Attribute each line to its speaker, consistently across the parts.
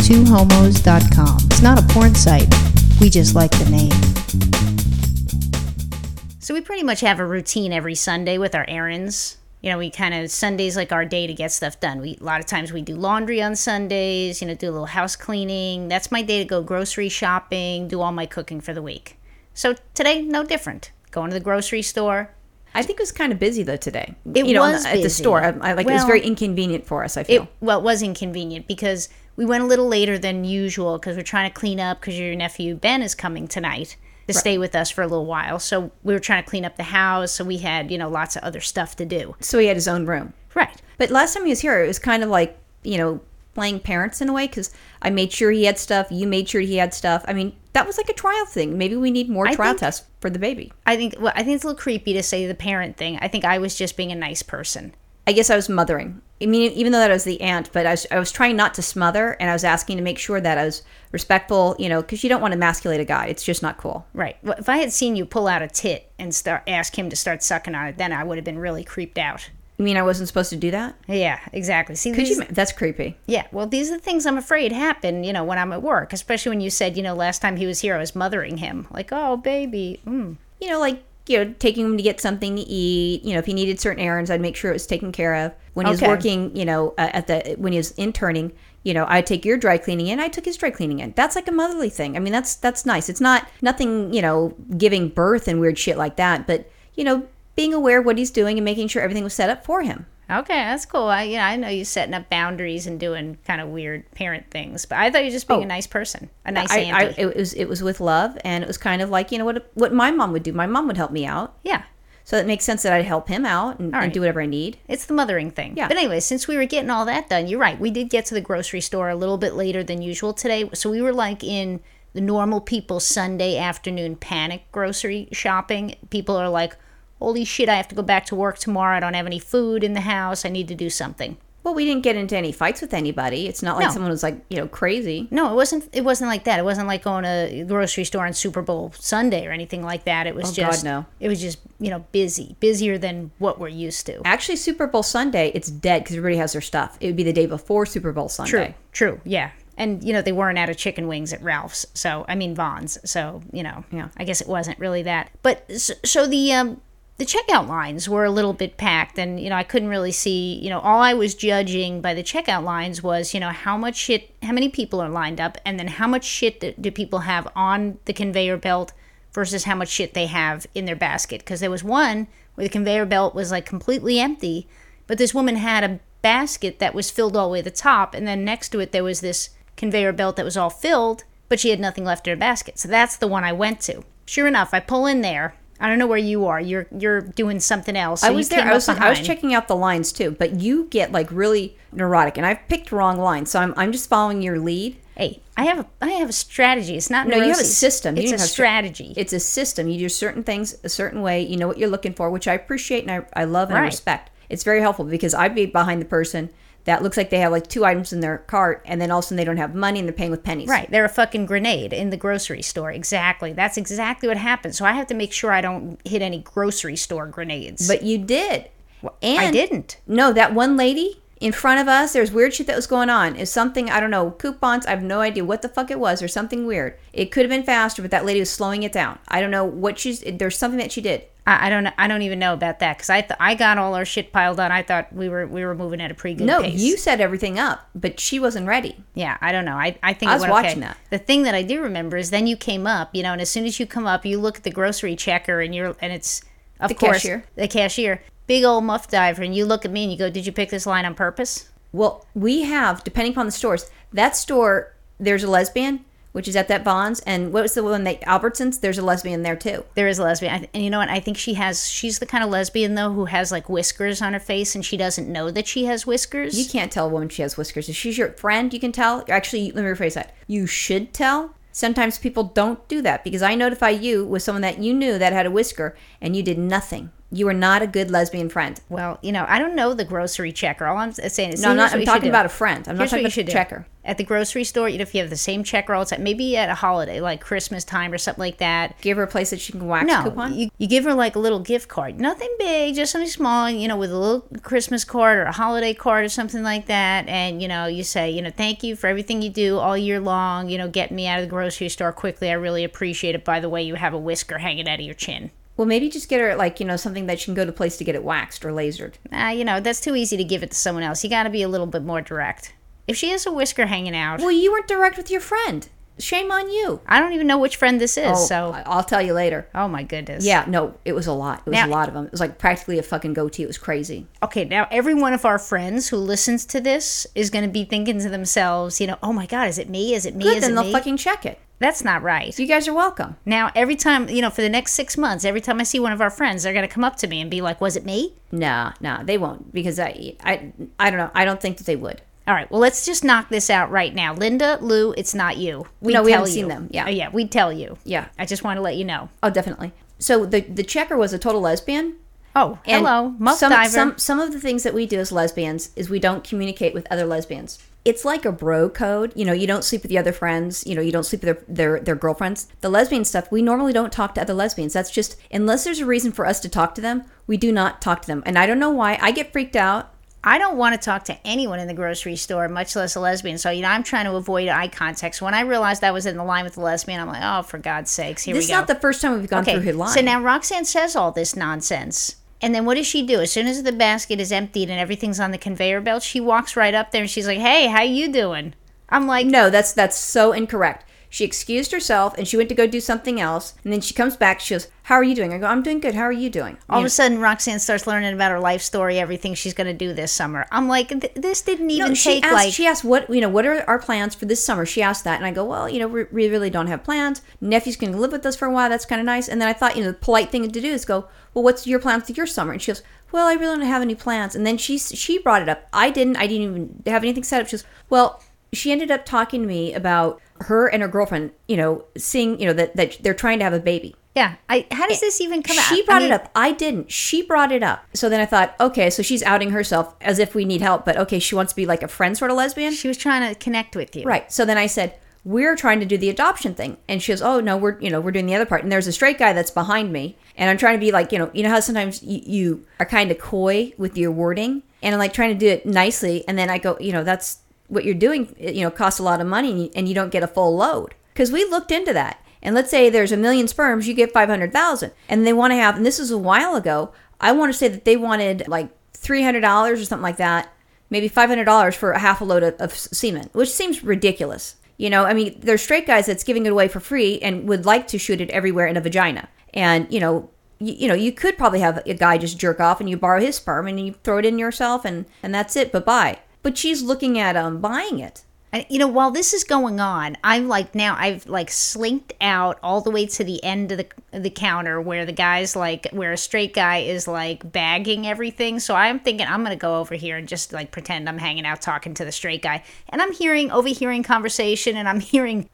Speaker 1: twohomos.com. It's not a porn site. We just like the name.
Speaker 2: So we pretty much have a routine every Sunday with our errands. You know, we kind of Sundays like our day to get stuff done. We a lot of times we do laundry on Sundays. You know, do a little house cleaning. That's my day to go grocery shopping, do all my cooking for the week. So today, no different. Going to the grocery store.
Speaker 3: I think it was kind of busy though today.
Speaker 2: It
Speaker 3: you know,
Speaker 2: was
Speaker 3: at the
Speaker 2: busy.
Speaker 3: store. I, I like it was
Speaker 2: Well-
Speaker 3: very inconvenient for us. I feel.
Speaker 2: It well, it was inconvenient because we went a little later than usual because we're trying to clean up because your nephew Ben is coming tonight to stay with us for a little while. So we were trying to clean up the house. So we had you know lots of other stuff to do.
Speaker 3: so he had his own room.
Speaker 2: Right.
Speaker 3: But last time he was here, it was kind of like you know playing parents in a way because I made sure he had stuff. You made sure he had stuff. I mean, that was like a trial thing. Maybe we need more
Speaker 2: I
Speaker 3: trial
Speaker 2: think-
Speaker 3: tests for the baby.
Speaker 2: I think well, I think it's a little creepy to say the parent thing. I think I was just being a nice person.
Speaker 3: I guess I was mothering. I mean, even though that I was the aunt, but I was, I was trying not to smother, and I was asking to make sure that I was respectful, you know, because you don't want to emasculate a guy. It's just not cool.
Speaker 2: Right. Well, If I had seen you pull out a tit and start ask him to start sucking on it, then I would have been really creeped out.
Speaker 3: You mean I wasn't supposed to do that?
Speaker 2: Yeah, exactly. See,
Speaker 3: Could
Speaker 2: these,
Speaker 3: you? ma- That's creepy.
Speaker 2: yeah. Well, these are the things I'm afraid happen. You know, when I'm at work, especially when you said, you know, last time he was here, I was mothering him. Like, oh, baby. Mm.
Speaker 3: you know, like you know, taking him to get something to eat. You know, if he needed certain errands, I'd make sure it was taken care of. When he was
Speaker 2: Okay.
Speaker 3: working, you know, uh, at the when he was interning, you know, I take your dry cleaning in, I took his dry cleaning in. That's like a motherly thing. I mean, that's that's nice. It's not nothing, you know, giving birth and weird shit like that, but you know, being aware of what he's doing and making sure everything was set up for him.
Speaker 2: Okay, that's cool. I, you know, I know you setting up boundaries and doing kind of weird parent things, but I thought you were just being a nice person, a nice
Speaker 3: Oh. I, I,
Speaker 2: auntie.
Speaker 3: it was it was with love, and it was kind of like you know what what my mom would do. My mom would help me out,
Speaker 2: yeah.
Speaker 3: so it makes sense that I'd help him out and,
Speaker 2: All
Speaker 3: and
Speaker 2: right.
Speaker 3: do whatever I need.
Speaker 2: It's the mothering thing.
Speaker 3: Yeah.
Speaker 2: But anyway, since we were getting all that done, you're right. We did get to the grocery store a little bit later than usual today. So we were like in the normal people Sunday afternoon panic grocery shopping. People are like, holy shit, I have to go back to work tomorrow. I don't have any food in the house. I need to do something.
Speaker 3: Well, we didn't get into any fights with anybody. It's not like
Speaker 2: No.
Speaker 3: someone was like, you know, crazy.
Speaker 2: No, it wasn't it wasn't like that. It wasn't like going to the grocery store on Super Bowl Sunday or anything like that. It was
Speaker 3: Oh, God,
Speaker 2: just
Speaker 3: no.
Speaker 2: it was just, you know, busy. Busier than what we're used to.
Speaker 3: Actually, Super Bowl Sunday, it's dead because everybody has their stuff. It would be the day before Super Bowl Sunday.
Speaker 2: True, true, yeah. And you know they weren't out of chicken wings at Ralph's, so I mean Vaughn's. So you know,
Speaker 3: Yeah.
Speaker 2: I guess it wasn't really that. But so, so the um, the checkout lines were a little bit packed, and you know I couldn't really see. You know, all I was judging by the checkout lines was you know how much shit, how many people are lined up, and then how much shit do, do people have on the conveyor belt versus how much shit they have in their basket. Because there was one where the conveyor belt was like completely empty, but this woman had a basket that was filled all the way to the top, and then next to it there was this conveyor belt that was all filled, but she had nothing left in her basket. So that's the one I went to. Sure enough, I pull in there. I don't know where you are. You're you're doing something else. so
Speaker 3: I
Speaker 2: you
Speaker 3: was there.
Speaker 2: came
Speaker 3: I
Speaker 2: up
Speaker 3: was, I was
Speaker 2: behind.
Speaker 3: checking out the lines too, but you get like really neurotic, and I've picked wrong lines, so I'm, I'm just following your lead.
Speaker 2: Hey, I have a I have a strategy. It's not
Speaker 3: No, you have a
Speaker 2: neuroses.
Speaker 3: system. You
Speaker 2: It's
Speaker 3: don't
Speaker 2: a
Speaker 3: have a stra-
Speaker 2: strategy.
Speaker 3: It's a system. You do certain things a certain way. You know what you're looking for, which I appreciate and I, I love and I
Speaker 2: Right.
Speaker 3: respect. It's very helpful because I'd be behind the person that looks like they have like two items in their cart, and then all of a sudden they don't have money and they're paying with pennies.
Speaker 2: Right. They're a fucking grenade in the grocery store. Exactly. That's exactly what happened. So I have to make sure I don't hit any grocery store grenades.
Speaker 3: But you did. And
Speaker 2: I didn't.
Speaker 3: No, that one lady in front of us, there's weird shit that was going on. It's something, I don't know, coupons. I have no idea what the fuck it was. There's something weird. It could have been faster, but that lady was slowing it down. I don't know what she's, there's something that she did.
Speaker 2: I, I don't know. I don't even know about that because I th- I got all our shit piled on. I thought we were we were moving at a pretty good
Speaker 3: No,
Speaker 2: pace.
Speaker 3: you set everything up, but she wasn't ready.
Speaker 2: Yeah, I don't know. I, I think
Speaker 3: I
Speaker 2: it
Speaker 3: was
Speaker 2: went okay.
Speaker 3: watching that.
Speaker 2: The thing that I do remember is then you came up, you know, and as soon as you come up, you look at the grocery checker and you're and it's of
Speaker 3: The
Speaker 2: course
Speaker 3: cashier.
Speaker 2: the cashier, big old muff diver, and you look at me and you go, "Did you pick this line on purpose?"
Speaker 3: Well, we have, depending upon the stores, that store, there's a lesbian, which is at that Bonds, and what was the one that Albertsons? There's a lesbian there too.
Speaker 2: There is a lesbian, I, and you know what? I think she has. She's the kind of lesbian though who has like whiskers on her face, and she doesn't know that she has whiskers.
Speaker 3: You can't tell a woman she has whiskers. If she's your friend, you can tell. Actually, let me rephrase that. You should tell. Sometimes people don't do that because I notify you with someone that you knew that had a whisker and you did nothing. You are not a good lesbian friend.
Speaker 2: Well, you know, I don't know the grocery checker. All I'm s- saying is,
Speaker 3: No, I'm
Speaker 2: here's
Speaker 3: not.
Speaker 2: what
Speaker 3: I'm
Speaker 2: you should
Speaker 3: talking
Speaker 2: do.
Speaker 3: about a friend. I'm not
Speaker 2: Here's what
Speaker 3: talking
Speaker 2: you
Speaker 3: about a
Speaker 2: should do.
Speaker 3: checker.
Speaker 2: At the grocery store, you know, if you have the same checker all the time, maybe at a holiday like Christmas time or something like that.
Speaker 3: Give her a place that she can wax
Speaker 2: No,
Speaker 3: coupon.
Speaker 2: you, you give her like a little gift card, nothing big, just something small, you know, with a little Christmas card or a holiday card or something like that. And you know, you say, you know, thank you for everything you do all year long. You know, get me out of the grocery store quickly. I really appreciate it. By the way, you have a whisker hanging out of your chin.
Speaker 3: well, maybe just get her like you know something that she can go to a place to get it waxed or lasered.
Speaker 2: Ah, you know, that's too easy to give it to someone else. You got to be a little bit more direct. If she has a whisker hanging out,
Speaker 3: Well, you weren't direct with your friend. Shame on you.
Speaker 2: I don't even know which friend this is.
Speaker 3: Oh,
Speaker 2: so,
Speaker 3: I- I'll tell you later.
Speaker 2: oh my goodness.
Speaker 3: Yeah, no, it was a lot. It was
Speaker 2: Now-
Speaker 3: a lot of them. It was like practically a fucking goatee. It was crazy.
Speaker 2: Okay, now every one of our friends who listens to this is going to be thinking to themselves, you know, oh my God, is it me? Is it me?
Speaker 3: Good,
Speaker 2: is it
Speaker 3: then they'll
Speaker 2: me?
Speaker 3: fucking check it.
Speaker 2: That's not right.
Speaker 3: You guys are welcome.
Speaker 2: Now, every time, you know, for the next six months, every time I see one of our friends, they're going to come up to me and be like, was it me?
Speaker 3: Nah, nah, they won't because I, I, I don't know. I don't think that they would.
Speaker 2: All right, well, let's just knock this out right now. Linda, Lou, it's not you. We
Speaker 3: No, we
Speaker 2: tell
Speaker 3: haven't seen
Speaker 2: you.
Speaker 3: them, yeah.
Speaker 2: Oh, yeah, we tell you.
Speaker 3: Yeah.
Speaker 2: I just want to let you know.
Speaker 3: Oh, definitely. So the the checker was a total lesbian.
Speaker 2: Oh,
Speaker 3: And
Speaker 2: hello, Muff
Speaker 3: some,
Speaker 2: Diver.
Speaker 3: Some some of the things that we do as lesbians is we don't communicate with other lesbians. It's like a bro code. You know, you don't sleep with the other friends. You know, you don't sleep with their, their their girlfriends. The lesbian stuff, we normally don't talk to other lesbians. That's just unless there's a reason for us to talk to them, we do not talk to them. And I don't know why. I get freaked out.
Speaker 2: I don't want to talk to anyone in the grocery store, much less a lesbian. So, you know, I'm trying to avoid eye contact. So when I realized I was in the line with the lesbian, I'm like, oh, for God's sakes, here
Speaker 3: This
Speaker 2: we
Speaker 3: is
Speaker 2: go.
Speaker 3: not the first time we've gone through her line.
Speaker 2: So now Roxanne says all this nonsense. And then what does she do? As soon as the basket is emptied and everything's on the conveyor belt, she walks right up there and she's like, "Hey, how you doing?" I'm like,
Speaker 3: No, that's that's so incorrect. She excused herself and she went to go do something else. And then she comes back. She goes, "How are you doing?" I go, "I'm doing good. How are you doing?"
Speaker 2: all of a sudden Roxanne starts learning about her life story, everything she's going to do this summer. I'm like, "Th- "This didn't even
Speaker 3: No, she
Speaker 2: take
Speaker 3: asked,
Speaker 2: like
Speaker 3: she asked what you know what are our plans for this summer she asked that and i go well you know we, we really don't have plans nephew's going to live with us for a while that's kind of nice and then i thought you know the polite thing to do is go well what's your plans for your summer and she goes well i really don't have any plans and then she s- she brought it up i didn't i didn't even have anything set up she goes well she ended up talking to me about her and her girlfriend you know seeing you know that, that they're trying to have a baby
Speaker 2: Yeah, I how does this even come out?
Speaker 3: she
Speaker 2: I
Speaker 3: brought
Speaker 2: mean,
Speaker 3: it up. I didn't. She brought it up. So then I thought, okay, so she's outing herself as if we need help, but okay, she wants to be like a friend sort of lesbian.
Speaker 2: She was trying to connect with you.
Speaker 3: Right. So then I said, we're trying to do the adoption thing. And she goes, oh, no, we're, you know, we're doing the other part. And there's a straight guy that's behind me. And I'm trying to be like, you know, you know how sometimes you, you are kind of coy with your wording and I'm like trying to do it nicely. And then I go, you know, that's what you're doing, it, you know, costs a lot of money and you, and you don't get a full load. Because we looked into that. And let's say there's a million sperms, you get 500,000. And they want to have, and this is a while ago, I want to say that they wanted like $300 or something like that maybe five hundred dollars for a half a load of, of semen, which seems ridiculous. You know, I mean, there's straight guys that's giving it away for free and would like to shoot it everywhere in a vagina. And you know, you, you know, you could probably have a guy just jerk off and you borrow his sperm and you throw it in yourself and and that's it. Bye bye. But she's looking at um buying it.
Speaker 2: And, you know, while this is going on, I'm like now I've like slinked out all the way to the end of the the counter where the guy's like where a straight guy is like bagging everything. So I'm thinking I'm gonna go over here and just like pretend I'm hanging out talking to the straight guy, and I'm hearing overhearing conversation, and I'm hearing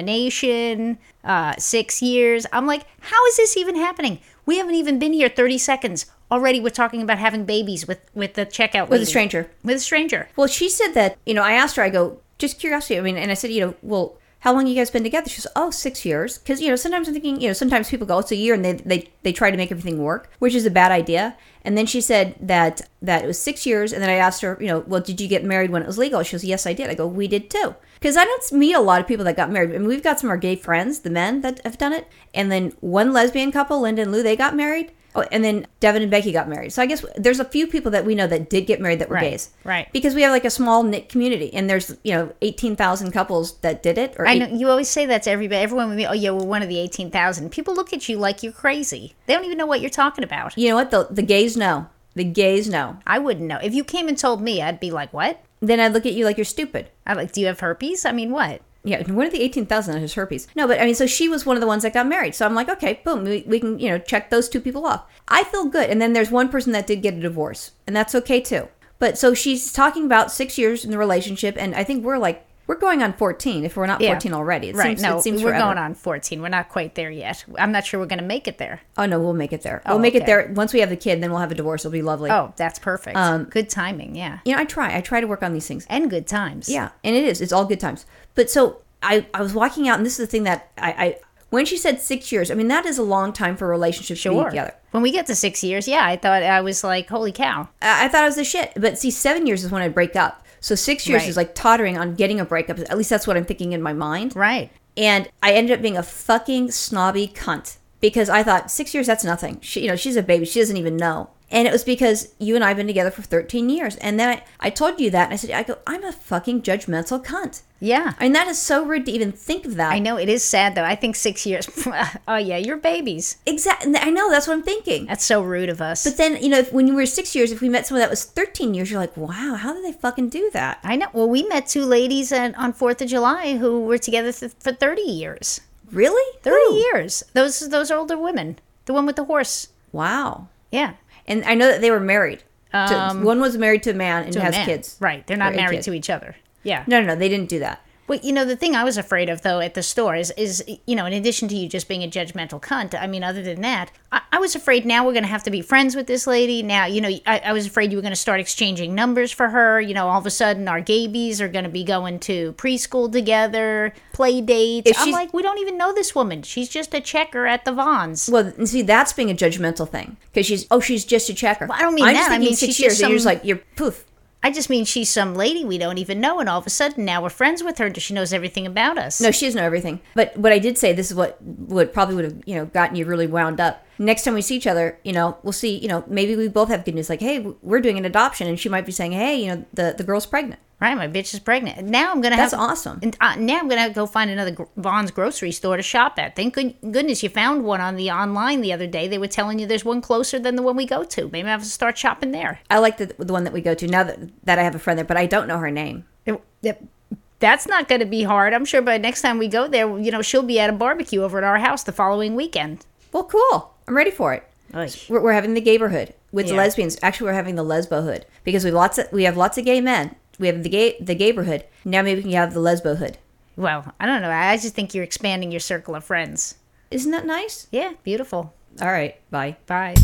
Speaker 2: insemination, uh, six years. I'm like, how is this even happening? We haven't even been here 30 seconds. Already, we're talking about having babies with with the checkout
Speaker 3: With a
Speaker 2: lady.
Speaker 3: stranger.
Speaker 2: With a stranger.
Speaker 3: Well, she said that you know, I asked her. I go just curiosity. I mean, and I said, you know, well. How long you guys been together? She goes, oh, six years. Because you know, sometimes I'm thinking, you know, sometimes people go, it's a year, and they, they they try to make everything work, which is a bad idea. And then she said that that it was six years. And then I asked her, you know, well, did you get married when it was legal? She goes, yes, I did. I go, we did too. Because I don't meet a lot of people that got married. and we've got some of our gay friends, the men that have done it, and then one lesbian couple, Linda and Lou, they got married. Oh, and then Devin and Becky got married. So I guess there's a few people that we know that did get married that were
Speaker 2: Right,
Speaker 3: gays,
Speaker 2: right.
Speaker 3: Because we have like a small knit community, and there's you know eighteen thousand couples that did it. Or
Speaker 2: I
Speaker 3: eight-
Speaker 2: know you always say that to everybody. Everyone would be, oh yeah, we're one of the eighteen thousand. People look at you like you're crazy. They don't even know what you're talking about.
Speaker 3: you know what the the gays know. The gays know.
Speaker 2: I wouldn't know. If you came and told me, I'd be like, what?
Speaker 3: Then I look at you like you're stupid.
Speaker 2: I'm like, do you have herpes? I mean, what?
Speaker 3: Yeah, one of the eighteen thousand is herpes. No, but I mean, so she was one of the ones that got married. So I'm like, okay, boom, we, we can you know check those two people off. I feel good. And then there's one person that did get a divorce, and that's okay too. But so she's talking about six years in the relationship, and I think we're like We're going on 14 if we're not
Speaker 2: Yeah.
Speaker 3: 14 already. It
Speaker 2: right.
Speaker 3: seems,
Speaker 2: no,
Speaker 3: it seems
Speaker 2: we're
Speaker 3: forever.
Speaker 2: going on 14. We're not quite there yet. I'm not sure we're going to make it there.
Speaker 3: Oh no, we'll make it there. we'll make it
Speaker 2: okay.
Speaker 3: there once we have the kid. Then we'll have a divorce. It'll be lovely.
Speaker 2: Oh, that's perfect.
Speaker 3: Um,
Speaker 2: good timing. Yeah.
Speaker 3: You know, I try. I try to work on these things.
Speaker 2: And good times.
Speaker 3: Yeah, and it is. It's all good times. But so I, I was walking out, and this is the thing that I, I when she said six years, I mean that is a long time for a relationship to be
Speaker 2: Sure.
Speaker 3: together.
Speaker 2: When we get to six years, yeah, I thought I was like, holy cow.
Speaker 3: I, I thought I was the shit, but see, seven years is when I break up. So six years
Speaker 2: Right.
Speaker 3: is like tottering on getting a breakup. At least that's what I'm thinking in my mind.
Speaker 2: Right.
Speaker 3: And I ended up being a fucking snobby cunt because I thought six years, that's nothing. She, you know, she's a baby. She doesn't even know. And it was because you and I have been together for 13 years. And then I, I told you that. And I said, I go, I'm a fucking judgmental cunt.
Speaker 2: Yeah.
Speaker 3: I mean, that is so rude to even think of that.
Speaker 2: I know it is sad though. I think six years. oh yeah, you're babies.
Speaker 3: Exactly. I know. That's what I'm thinking.
Speaker 2: That's so rude of us.
Speaker 3: But then, you know, if, when you were six years, if we met someone that was 13 years, you're like, wow, how did they fucking do that?
Speaker 2: I know. Well, we met two ladies at, on Fourth of July who were together th- for thirty years.
Speaker 3: Really?
Speaker 2: Thirty
Speaker 3: Who?
Speaker 2: years. Those those older women. The one with the horse.
Speaker 3: Wow.
Speaker 2: Yeah.
Speaker 3: And I know that they were married. To- one was married to a man and
Speaker 2: Um, To a
Speaker 3: has
Speaker 2: man.
Speaker 3: kids.
Speaker 2: Right. They're
Speaker 3: Or
Speaker 2: not
Speaker 3: a
Speaker 2: married
Speaker 3: kid.
Speaker 2: to each other. Yeah.
Speaker 3: No, no, no. They didn't do that.
Speaker 2: Well, you know, the thing I was afraid of, though, at the store is, is you know, in addition to you just being a judgmental cunt, I mean, other than that, I, I was afraid now we're going to have to be friends with this lady. Now, you know, I, I was afraid you were going to start exchanging numbers for her. You know, all of a sudden our gabies are going to be going to preschool together, play dates.
Speaker 3: If
Speaker 2: I'm
Speaker 3: she's-
Speaker 2: like, we don't even know this woman. She's just a checker at the Vons.
Speaker 3: Well, and see, that's being a judgmental thing because she's oh, she's just a checker.
Speaker 2: I don't mean
Speaker 3: I'm
Speaker 2: that.
Speaker 3: Just
Speaker 2: I
Speaker 3: thinking
Speaker 2: mean,
Speaker 3: six
Speaker 2: she's
Speaker 3: years.
Speaker 2: just
Speaker 3: and you're just
Speaker 2: some-
Speaker 3: like you're poof.
Speaker 2: I just mean she's some lady we don't even know, and all of a sudden now we're friends with her. She knows everything about us.
Speaker 3: No, she doesn't know everything. But what I did say, this is what would probably would have you know gotten you really wound up. Next time we see each other, you know, we'll see. You know, maybe we both have good news. Like, hey, we're doing an adoption, and she might be saying, hey, you know, the the girl's pregnant.
Speaker 2: Right, my bitch is pregnant. And Now I'm gonna
Speaker 3: That's
Speaker 2: have
Speaker 3: awesome.
Speaker 2: And uh, now I'm gonna go find another gr- Vaughn's grocery store to shop at. Thank good- goodness you found one on the online the other day. They were telling you there's one closer than the one we go to. Maybe I have to start shopping there.
Speaker 3: I like the the one that we go to now that that I have a friend there, but I don't know her name.
Speaker 2: It- it- that's not gonna be hard. I'm sure by next time we go there, you know, she'll be at a barbecue over at our house the following weekend.
Speaker 3: Well, cool. I'm ready for it.
Speaker 2: Oy.
Speaker 3: We're, we're having the gayborhood with the
Speaker 2: Yeah.
Speaker 3: lesbians. Actually, we're having the lesbohood because we have lots of we have lots of gay men. We have the gay the gayborhood. Now maybe we can have the lesbohood.
Speaker 2: Well, I don't know. I I just think you're expanding your circle of friends.
Speaker 3: Isn't that nice?
Speaker 2: Yeah, beautiful.
Speaker 3: All right. Bye.
Speaker 2: Bye.